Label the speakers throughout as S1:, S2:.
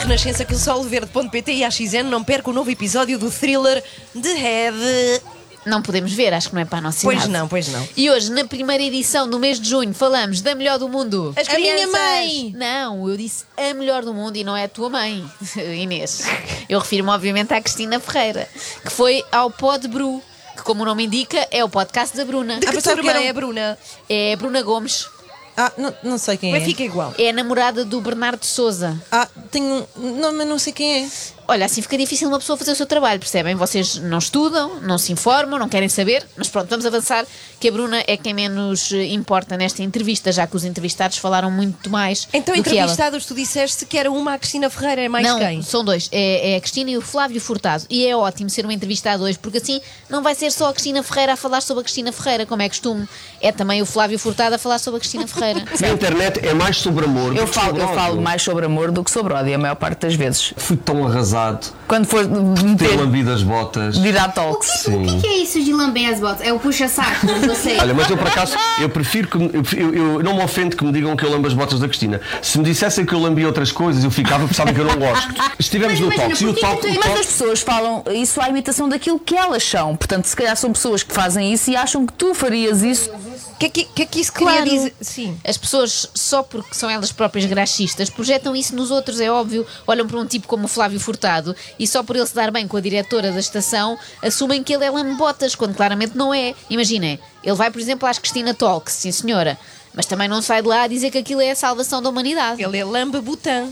S1: Renascença que o solverde.pt e a XN não perca o novo episódio do thriller The Head.
S2: Não podemos ver, acho que não é para a nossa
S1: Pois
S2: idade.
S1: não, pois não.
S2: E hoje, na primeira edição do mês de junho, falamos da melhor do mundo.
S1: As
S2: a minha
S1: crianças.
S2: mãe! Não, eu disse a melhor do mundo e não é a tua mãe, Inês. Eu refiro-me, obviamente, à Cristina Ferreira, que foi ao Pod Bru, que, como o nome indica, é o podcast da Bruna.
S1: Ah,
S3: que
S1: pensava que
S3: turma
S1: era
S3: é
S1: a Bruna.
S2: um É a Bruna Gomes,
S3: Ah, não, não sei quem é.
S1: Mas fica igual.
S2: é a namorada do Bernardo Souza.
S3: Ah, tenho. um- Não, mas não sei quem é.
S2: Olha, assim fica difícil uma pessoa fazer o seu trabalho, percebem? Vocês não estudam, não se informam, não querem saber, mas pronto, vamos avançar, que a Bruna é quem menos eh, importa nesta entrevista, já que os entrevistados falaram muito mais.
S1: Então,
S2: do que ela.
S1: entrevistados, tu disseste que era uma a Cristina Ferreira, é mais
S2: Não,
S1: quem?
S2: são dois, é, é a Cristina e o Flávio Furtado. E é ótimo ser um entrevistado hoje, porque assim não vai ser só a Cristina Ferreira a falar sobre a Cristina Ferreira, como é costume. É também o Flávio Furtado a falar sobre a Cristina Ferreira.
S4: Na internet é mais sobre amor. do
S5: Eu
S4: que
S5: falo,
S4: sobre
S5: eu
S4: ódio.
S5: falo mais sobre amor do que sobre ódio, a maior parte das vezes.
S4: Fui tão arrasado,
S5: Quando for
S4: ter
S5: meter
S4: lambido as botas.
S5: de ir à
S6: O que,
S5: tox.
S6: o que que é isso de lamber as botas? É o puxa-saco, não sei.
S4: Olha, mas eu por acaso, eu prefiro que. me- Eu, prefiro- eu- eu não me ofendo que me digam que eu lambo as botas da Cristina. Se me dissessem que eu lambi outras coisas, eu ficava, porque sabem que eu não gosto. Estivemos
S6: Mas
S4: no
S6: imagina,
S4: Tox e o
S6: porquê que
S4: Tox.
S6: tu-
S4: o
S5: Mas as
S4: Tox-
S5: pessoas falam isso à imitação daquilo que elas são. Portanto, se calhar são pessoas que fazem isso e acham que tu farias isso.
S1: O que, é que, que é que isso
S2: Claro.
S1: queria dizer? Sim.
S2: As pessoas, só porque são elas próprias graxistas, projetam isso nos outros, é óbvio. Olham para um tipo como o Flávio Furtado e só por ele se dar bem com a diretora da estação, assumem que ele é lambotas, quando claramente não é. Imaginem, ele vai, por exemplo, às Cristina Talks, sim senhora, mas também não sai de lá a dizer que aquilo é a salvação da humanidade.
S1: Ele é Lamba Butã.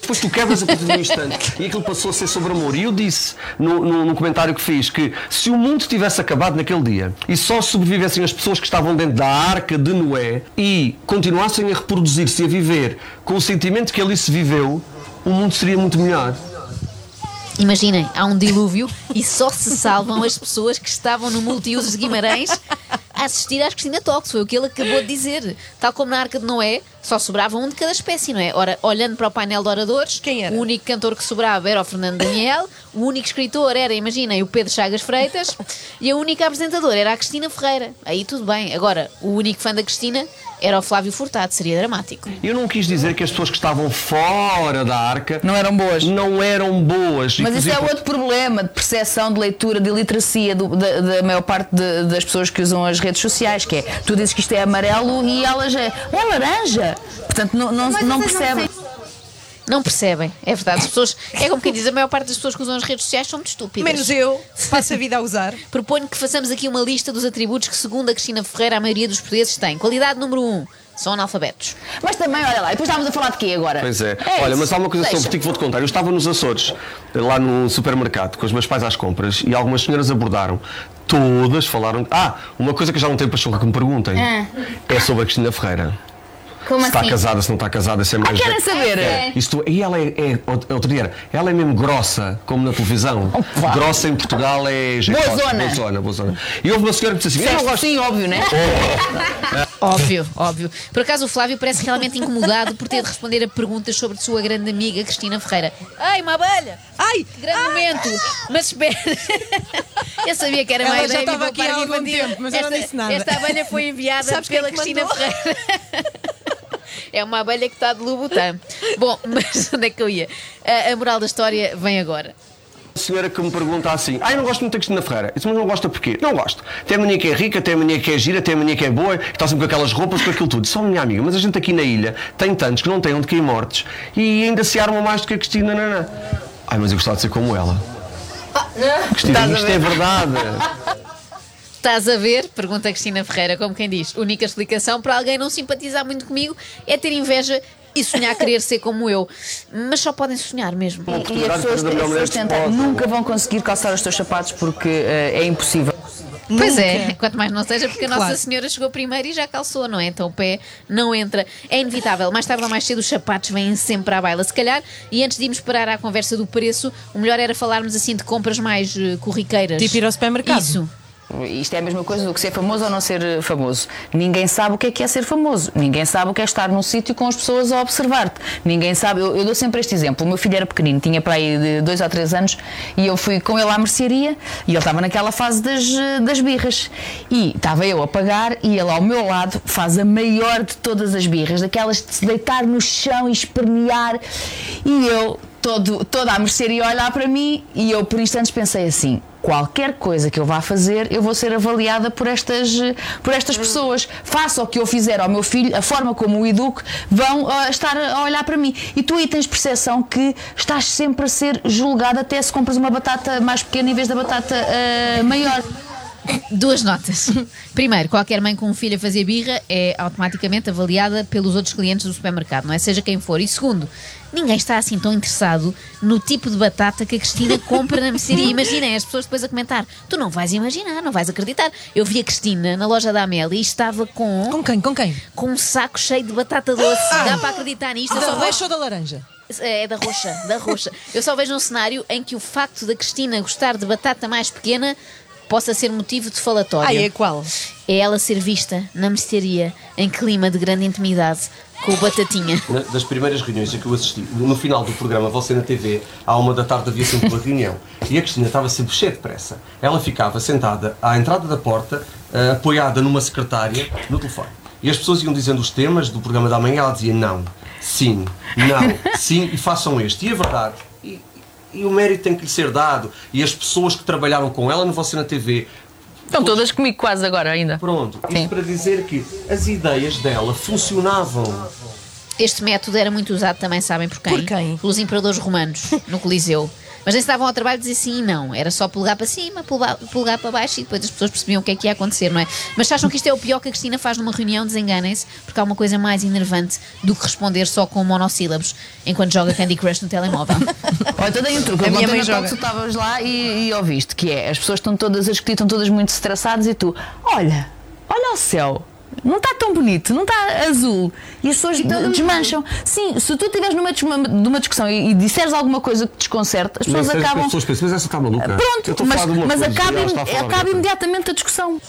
S4: Depois tu quebras a partir de um instante. E aquilo passou a ser sobre amor. E eu disse no, no- no comentário que fiz que se o mundo tivesse acabado naquele dia e só sobrevivessem as pessoas que estavam dentro da arca de Noé e continuassem a reproduzir-se e a viver com o sentimento que ali se viveu, o mundo seria muito melhor.
S2: Imaginem, há um dilúvio e só se salvam as pessoas que estavam no multiusos de Guimarães a assistir às Cristina Talks, foi o que ele acabou de dizer. Tal como na Arca de Noé, só sobrava um de cada espécie, não é? Ora, olhando para o painel de oradores,
S1: Quem era?
S2: o único cantor que sobrava era o Fernando Daniel, o único escritor era, imaginem, o Pedro Chagas Freitas e a única apresentadora era a Cristina Ferreira. Aí tudo bem. Agora, o único fã da Cristina era o Flávio Furtado, seria dramático.
S4: Eu não quis dizer que as pessoas que estavam fora da arca
S5: Não eram boas.
S4: não eram boas.
S5: Mas
S4: Hum,
S5: isso
S4: Inclusive,
S5: é outro problema de percepção, de leitura, de literacia do- da, da maior parte de- das pessoas que usam as redes sociais, que é tu dizes que isto é amarelo e elas é, é laranja. Portanto, não, não,
S6: Mas
S5: não
S6: vocês não
S5: percebem.
S2: Não percebem, é verdade. As pessoas, é como quem diz, a maior parte das pessoas que usam as redes sociais são muito estúpidas.
S1: Menos eu, passo a vida a usar.
S2: Proponho que façamos aqui uma lista dos atributos que, segundo a Cristina Ferreira, a maioria dos portugueses tem. Qualidade número 1, um, são analfabetos.
S5: Mas também, olha lá, e depois estávamos a falar de quê agora?
S4: Pois é. Olha, mas há uma coisa sobre ti
S5: sobre
S4: que vou te contar. Eu estava nos Açores, lá no supermercado, com os meus pais às compras, e algumas senhoras abordaram. Todas falaram. Ah, uma coisa que eu já não tenho pachorra que me perguntem
S6: Ah.
S4: é sobre a Cristina Ferreira.
S6: Como
S4: se está
S6: assim?
S4: casada, se não está casada, se é mais.
S5: querem saber?
S4: É. Isto, e ela é, é. Outro dia, era, ela é mesmo grossa, como na televisão.
S5: Opa.
S4: Grossa em Portugal é. jeitosa,
S5: zona.
S4: Boa zona, boa zona. E houve uma senhora que disse assim: Eu não gosto
S5: Sim, óbvio, né?
S2: Óbvio, óbvio. Por acaso o Flávio parece realmente incomodado por ter de responder a perguntas sobre sua grande amiga Cristina Ferreira. Ai, uma abelha!
S1: Ai,
S2: Que grande
S3: Ah!
S2: momento! Mas espera, eu sabia que era
S3: Ela
S2: uma
S3: já
S2: ideia
S3: estava
S2: me
S3: aqui há
S2: poupar
S3: algum
S2: contigo.
S3: tempo, mas eu não
S2: Esta-
S3: disse nada.
S2: Esta abelha foi enviada
S1: Sabes quem
S2: pela
S1: é que
S2: Cristina
S1: mandou?
S2: Ferreira. É uma abelha que está de Lubutã. Bom, mas onde é que eu ia? A, a moral da história vem agora.
S4: A senhora que me pergunta assim, ah, eu não gosto muito da Cristina Ferreira. Eu disse, mas não gosta porquê? Não gosto. Tem a mania que é rica, tem a mania que é gira, tem a mania que é boa, que está sempre com aquelas roupas, com aquilo tudo. Só minha amiga, mas a gente aqui na ilha tem tantos que não têm onde cair mortos e ainda se armam mais do que a Cristina Nanã. Ai, mas eu gostava de ser como ela. Cristina, isto é verdade.
S2: Estás a ver? Pergunta a Cristina Ferreira, como quem diz. Única explicação para alguém não simpatizar muito comigo é ter inveja e sonhar querer ser como eu. Mas só podem sonhar mesmo.
S5: E as pessoas, as pessoas tentam, nunca vão conseguir calçar os teus sapatos porque eh, é impossível.
S2: Pois é, quanto mais não seja, porque a Nossa
S1: Claro.
S2: Senhora chegou primeiro e já calçou, não é? Então o pé não entra. É inevitável. Mais tarde ou mais cedo, os sapatos vêm sempre à baila, se calhar. E antes de irmos parar à conversa do preço, o melhor era falarmos assim de compras mais eh, corriqueiras.
S3: Tipo ir ao supermercado.
S2: Isso.
S5: Isto é a mesma coisa do que ser famoso ou não ser eh, famoso. Ninguém sabe o que é que é ser famoso. Ninguém sabe o que é estar num sítio com as pessoas a observar-te. Ninguém sabe. Eu, eu dou sempre este exemplo. O meu filho era pequenino, tinha para aí de dois ou três anos, e eu fui com ele à mercearia e ele estava naquela fase das, eh, das birras. E estava eu a pagar e ele ao meu lado faz a maior de todas as birras, daquelas de se deitar no chão e espernear. E eu todo, toda a mexer e a olhar para mim, e eu por instantes pensei assim. Qualquer coisa que eu vá fazer, eu vou ser avaliada por estas, por estas pessoas. Faça o que eu fizer ao meu filho, a forma como o educo, vão ah, estar a olhar para mim. E tu aí tens percepção que estás sempre a ser julgada, até se compras uma batata mais pequena em vez da batata ah, maior.
S2: Duas notas. Primeiro, qualquer mãe com um filho a fazer birra é automaticamente avaliada pelos outros clientes do supermercado, não é? Seja quem for. E segundo, ninguém está assim tão interessado no tipo de batata que a Cristina compra na mercearia. Imaginem as pessoas depois a comentar. Tu não vais imaginar, não vais acreditar. Eu vi a Cristina na loja da Amélia e estava com,
S3: Com quem? Com quem?
S2: com um saco cheio de batata doce. Dá para acreditar
S1: Ah,
S2: nisto? Eu
S3: Da
S2: só vejo-
S3: roxa ou da laranja?
S2: é da roxa, da roxa. Eu só vejo um cenário em que o facto da Cristina gostar de batata mais pequena possa ser motivo de falatório.
S1: Ai, é qual?
S2: É ela ser vista na mercearia em clima de grande intimidade com o Batatinha.
S4: Na- das primeiras reuniões a que eu assisti, no final do programa Você na TV, à uma da tarde havia sempre uma reunião. E a Cristina estava sempre cheia de pressa. Ela ficava sentada à entrada da porta, ah, apoiada numa secretária, no telefone. E as pessoas iam dizendo os temas do programa da manhã, ela dizia não, sim, não, sim, e façam este. E é verdade. E, e o mérito tem que lhe ser dado. E as pessoas que trabalharam com ela no Você na TV
S7: Estão todas comigo quase agora ainda.
S4: Pronto,
S7: Sim.
S4: isto para dizer que as ideias dela funcionavam.
S2: Este método era muito usado também, sabem por quem?
S1: Por quem?
S2: Pelos imperadores romanos, no Coliseu. Mas nem se davam ao trabalho de dizer sim e não. Era só polegar para cima, polegar, polegar para baixo e depois as pessoas percebiam o que é que ia acontecer, não é? Mas se acham que isto é o pior que a Cristina faz numa reunião, desenganem-se, porque há uma coisa mais enervante do que responder só com monossílabos enquanto joga Candy Crush no telemóvel.
S5: Olha, então dei um truque.
S1: A minha
S5: Ontem
S1: mãe
S5: na
S1: joga.
S5: Talk tu estavas lá e, e ouviste, que é, as pessoas estão todas a discutir, estão todas muito estressadas e tu, olha, olha o céu. Não está tão bonito, não está azul. E as pessoas de- desmancham. Sim, se tu estiveres no meio de uma, de uma discussão e, e disseres alguma coisa que te desconcerte, as pessoas acabam. Ah,
S4: pensam, mas essa está maluca.
S5: Pronto, mas, mas acaba, im- acaba imediatamente a discussão.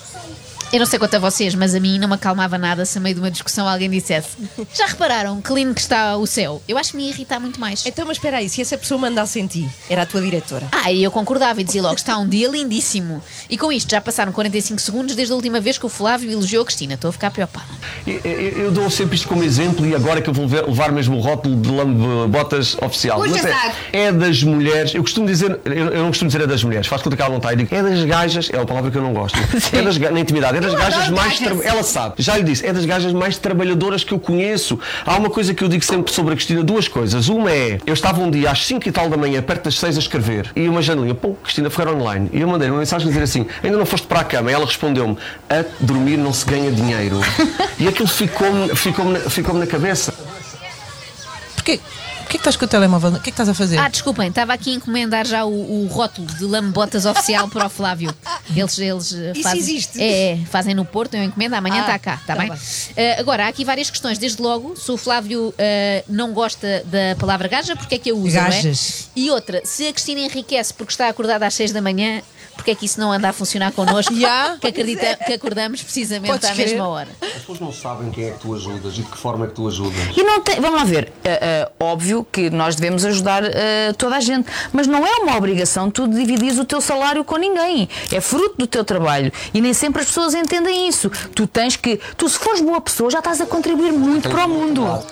S2: Eu não sei quanto a vocês, mas a mim não me acalmava nada se a meio de uma discussão alguém dissesse Já repararam que lindo que está o céu? Eu acho que me ia irritar muito mais.
S1: Então, mas espera aí, se essa pessoa mandasse em ti, era a tua diretora.
S2: Ah, e eu concordava e dizia logo: está um dia lindíssimo. E com isto já passaram 45 segundos desde a última vez que o Flávio elogiou a Cristina. Estou a ficar preocupada.
S4: Eu, eu dou sempre isto como exemplo e agora que eu vou levar- levar mesmo o rótulo de lambe-botas oficial.
S6: Puxa
S4: Mas é,
S6: saco.
S4: é das mulheres, eu costumo dizer, eu, eu não costumo dizer é das mulheres, faz conta que ela não está. Eu digo, é das gajas, é uma palavra que eu não gosto. É das, ga- na intimidade, é das gajas mais.
S6: gajas.
S4: tra- Ela sabe, já lhe disse, é das gajas mais trabalhadoras que eu conheço. Há uma coisa que eu digo sempre sobre a Cristina, duas coisas. Uma é, eu estava um dia às 5 e tal da manhã, perto das 6 a escrever, e uma janelinha, pô, Cristina Ferreira online. E eu mandei uma mensagem a dizer assim, ainda não foste para a cama. E ela respondeu-me, a dormir não se ganha dinheiro. E aquilo ficou-me ficou ficou na cabeça.
S3: Porquê? Porquê que estás com o telemóvel? O que é que estás a fazer?
S2: Ah, desculpem, estava aqui a encomendar já o, o rótulo de lambotas oficial para o Flávio. Eles, eles eh,
S1: Isso
S2: fazem.
S1: existe?
S2: É, é, fazem no Porto, eu encomendo, amanhã
S1: Ah,
S2: está cá, está
S1: tá
S2: bem?
S1: bem.
S2: Eh, agora, há aqui várias questões. Desde logo, se o Flávio eh, não gosta da palavra gaja, porque é que eu uso?
S3: Gajas.
S2: Não é? E outra, se a Cristina enriquece porque está acordada às 6 da manhã, porque é que isso não anda a funcionar connosco?
S3: Ya,
S2: que, acredita, que acordamos precisamente
S3: Podes
S2: à
S3: crer.
S2: mesma hora.
S4: As pessoas não sabem quem é que tu ajudas e de que forma é que tu ajudas.
S5: E não tem, vamos lá ver, é, é, óbvio que nós devemos ajudar é, toda a gente, mas não é uma obrigação tu dividires o teu salário com ninguém. É fruto do teu trabalho e nem sempre as pessoas entendem isso. Tu tens que, tu se fores boa pessoa já estás a contribuir muito para o mundo.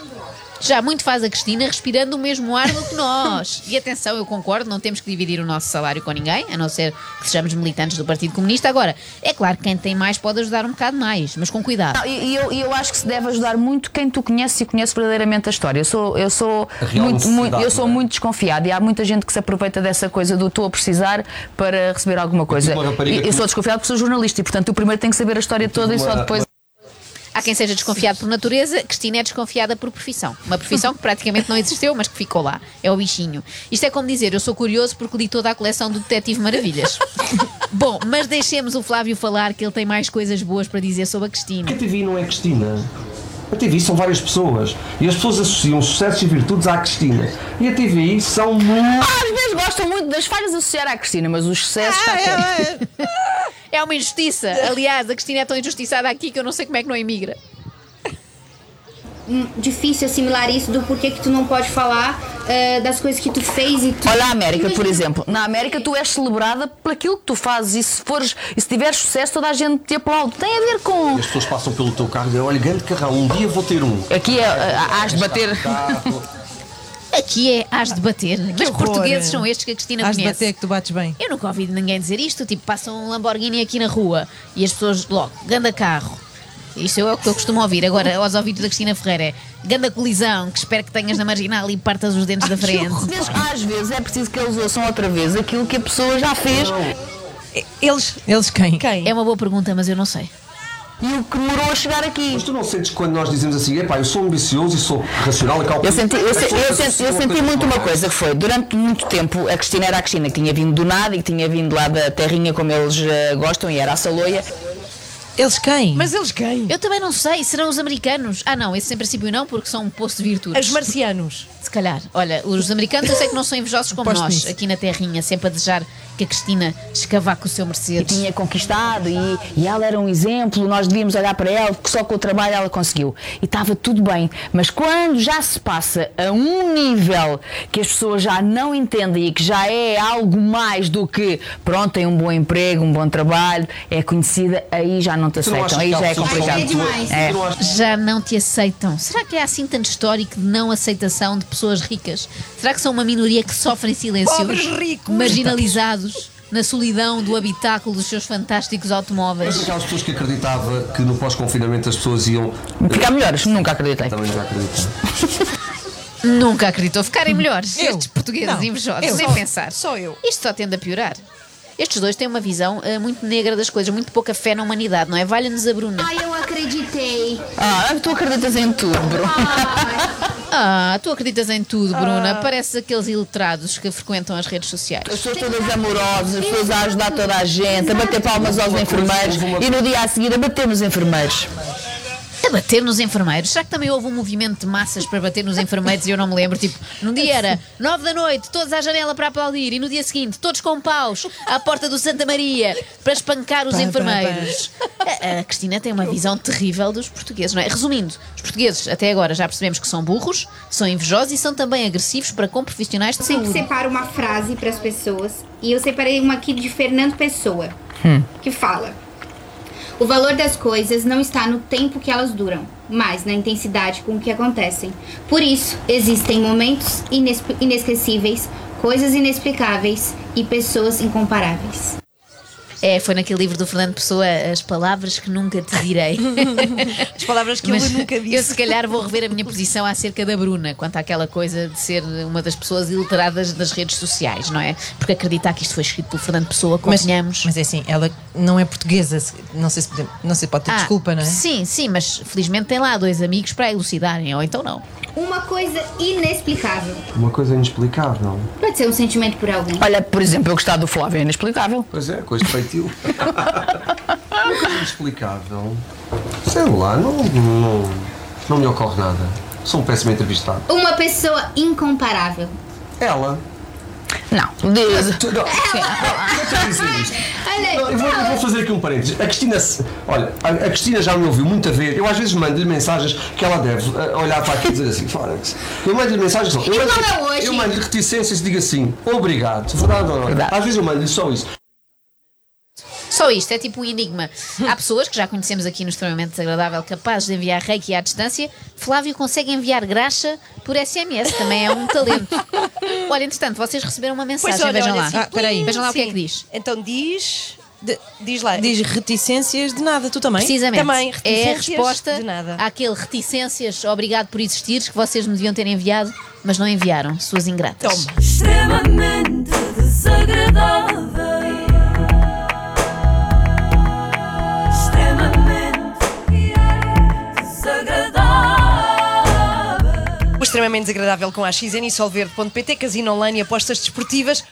S2: Já muito faz a Cristina respirando o mesmo ar do que nós. E atenção, eu concordo, não temos que dividir o nosso salário com ninguém, a não ser que sejamos militantes do Partido Comunista. Agora, é claro que quem tem mais pode ajudar um bocado mais, mas com cuidado.
S5: Não, e e eu, e eu acho que se deve ajudar muito quem tu conheces e conheces verdadeiramente a história. Eu sou, eu sou,
S4: A real
S5: muito, muito, eu
S4: necessidade,
S5: sou
S4: não é?
S5: muito desconfiada e há muita gente que se aproveita dessa coisa do estou a precisar para receber alguma coisa.
S4: É tipo uma rapariga
S5: E-
S4: que- É tipo
S5: eu sou desconfiada porque sou jornalista e, portanto, eu primeiro tenho que saber a história toda e só
S4: uma-
S5: depois.
S2: Há quem seja desconfiado por natureza, Cristina é desconfiada por profissão. Uma profissão que praticamente não existiu, mas que ficou lá. É o bichinho. Isto é como dizer, eu sou curioso porque li toda a coleção do Detetive Maravilhas. Bom, mas deixemos o Flávio falar que ele tem mais coisas boas para dizer sobre a Cristina.
S4: A TV não é Cristina. A TV são várias pessoas. E as pessoas associam sucessos e virtudes à Cristina. E a TV são muito.
S5: Ah, Às vezes gostam muito das falhas associar à Cristina, mas os sucessos. está certo.
S2: É uma injustiça. Aliás, a Cristina é tão injustiçada aqui que eu não sei como é que não emigra.
S6: Hum, Difícil assimilar isso do porquê que tu não pode falar eh, das coisas que tu fez e tu.
S5: Olha a América, por exemplo. Na América tu és celebrada por aquilo que tu fazes e se fores e se tiveres sucesso toda a gente te aplaude. Tem a ver com.
S4: As pessoas passam
S5: eh,
S4: pelo teu carro e dizem: olha, grande carrão, um dia vou ter um.
S5: Aqui é, ah, hás de bater.
S4: Carro.
S2: Aqui é Hás de Bater. Mas
S3: horror.
S2: portugueses são estes que a Cristina
S3: Hás de
S2: conhece.
S3: bater que tu bates bem.
S2: Eu nunca ouvi de ninguém dizer isto. Tipo, passa um Lamborghini aqui na rua e as pessoas logo, ganda carro. Isto é o que eu costumo ouvir. Agora, aos ouvidos da Cristina Ferreira, é ganda colisão, que espero que tenhas na marginal e partas os dentes da frente.
S5: Mas às vezes é preciso que eles ouçam outra vez aquilo que a pessoa já fez
S1: Eles.
S3: Eles quem?
S1: Quem?
S2: É uma boa pergunta, mas eu não sei.
S5: e o que demorou a chegar aqui.
S4: Mas tu não sentes quando nós dizemos assim, epá, eu sou ambicioso e sou racional e calculista.
S5: Eu senti, eu, se- eu senti, eu senti muito uma coisa que foi, durante muito tempo, a Cristina era a Cristina, que tinha vindo do nada e que tinha vindo lá da terrinha como eles eh, gostam e era a saloia.
S3: Eles quem?
S1: Mas eles quem?
S2: Eu também não sei, serão os americanos? Ah, não, esses em princípio não, porque são um poço de virtudes.
S1: Os marcianos.
S2: Se calhar. Olha, os americanos eu sei que não são invejosos como
S3: Aposto
S2: nós,
S3: nisso.
S2: aqui na terrinha, sempre a desejar que a Cristina escavaque o seu
S5: E
S2: Mercedes.
S5: tinha conquistado e, e ela era um exemplo, nós devíamos olhar para ela, porque só com o trabalho ela conseguiu. E estava tudo bem. Mas quando já se passa a um nível que as pessoas já não entendem e que já é algo mais do que pronto, tem um bom emprego, um bom trabalho, é conhecida, aí já não te
S4: Tu não achas
S5: aceitam, aí
S4: que há
S5: já é
S4: pessoas que
S5: complicado. É.
S4: são muito-
S6: demais.
S4: Tu não achas-
S2: Já não te aceitam. Será que é assim tanto histórico de não aceitação de pessoas ricas? Será que são uma minoria que sofre em silêncio?
S1: Pobres ricos.
S2: Marginalizados na solidão do habitáculo dos seus fantásticos
S4: Mas
S2: automóveis.
S4: aquelas pessoas que acreditava que no pós-confinamento as pessoas iam.
S5: Ficar melhores, nunca acreditei.
S4: Também já acredito.
S2: Nunca acreditou ficarem melhores.
S3: Eu?
S2: Estes portugueses
S3: Não,
S2: invejosos,
S3: eu.
S2: nem
S3: Só-
S2: pensar.
S1: só eu.
S2: Isto só tende a piorar. Estes dois têm uma visão eh, muito negra das coisas, muito pouca fé na humanidade, não é? Valha-nos a Bruna.
S6: Ai, eu acreditei.
S5: Ah, tu acreditas em tudo, Bruno.
S2: Ah, tu acreditas em tudo, Bruna. Pareces aqueles iletrados que frequentam as redes sociais.
S5: As pessoas todas amorosas, as pessoas a ajudar toda a gente, a bater palmas aos enfermeiros e no dia a seguir a bater nos enfermeiros.
S2: A bater nos enfermeiros? Será que também houve um movimento de massas para bater nos enfermeiros e eu não me lembro? Tipo, num dia era nove da noite, todos à janela para aplaudir e no dia seguinte, todos com paus à porta do Santa Maria para espancar os
S3: Pá, pá,
S2: enfermeiros. A, a Cristina tem uma visão terrível dos portugueses, não é? Resumindo, os portugueses até agora já percebemos que são burros, são invejosos e são também agressivos para com profissionais de
S6: sempre
S2: saúde.
S6: separo uma frase para as pessoas e eu separei uma aqui de Fernando Pessoa,
S4: Hum.
S6: que fala: O valor das coisas não está no tempo que elas duram, mas na intensidade com que acontecem. Por isso, existem momentos inesp- inesquecíveis, coisas inexplicáveis e pessoas incomparáveis.
S2: É, foi naquele livro do Fernando Pessoa, As Palavras que Nunca Te Direi.
S1: As palavras que
S2: Mas
S1: eu nunca
S2: Eu
S1: disse.
S2: se calhar vou rever a minha posição acerca da Bruna, quanto àquela coisa de ser uma das pessoas iliteradas das redes sociais, não é? Porque acreditar que isto foi escrito pelo Fernando Pessoa, convenhamos.
S3: Mas é assim, ela não é portuguesa. se- Não sei se, podemos- não sei, pode ter
S2: Ah,
S3: desculpa, não é?
S2: Sim, sim, mas felizmente tem lá dois amigos para elucidarem, ou então não.
S6: Uma coisa inexplicável.
S4: Uma coisa inexplicável.
S6: Pode ser um sentimento por alguém.
S5: Olha, por exemplo, eu gostar do Flávio é inexplicável.
S4: Pois é, com este feitio. É Uma coisa inexplicável. Sei lá, não, não, não me ocorre nada. Sou um péssimo entrevistado.
S6: Uma pessoa incomparável.
S4: Ela.
S5: Não, diz.
S4: Tu- não, Deixa eu dizer isto.
S6: Olha aí.
S4: Não, eu vou, eu vou fazer aqui um parênteses. A Cristina, se- olha, a, a Cristina já me ouviu muita vez. Eu às vezes mando-lhe mensagens que ela deve eh, olhar para aqui e dizer assim: Fórex. Eu mando-lhe mensagens só. Eu,
S6: não é hoje.
S4: eu mando-lhe reticências e digo assim: obrigado, verdade ou não?
S5: Verdade.
S4: Às vezes eu mando-lhe só isso.
S2: Só isto, é tipo um enigma. Há pessoas que já conhecemos aqui no extremamente desagradável, capazes de enviar reiki à distância. Flávio consegue enviar graxa por SMS, também é um talento. Olha, entretanto, vocês receberam uma mensagem, vejam lá.
S1: assim,
S3: Ah, peraí.
S2: Vejam lá o que é
S1: sim.
S2: que diz.
S1: Então diz. de- diz lá.
S3: Diz reticências de nada, tu também?
S2: Precisamente.
S1: Também,
S2: é a
S1: reticências
S2: resposta
S1: de nada.
S2: àquele reticências, obrigado por existires, que vocês me deviam ter enviado, mas não enviaram, suas ingratas.
S1: Toma.
S8: extremamente desagradável. Extremamente desagradável.
S1: O extremamente desagradável com a XN e solverde.pt, casino online e apostas desportivas.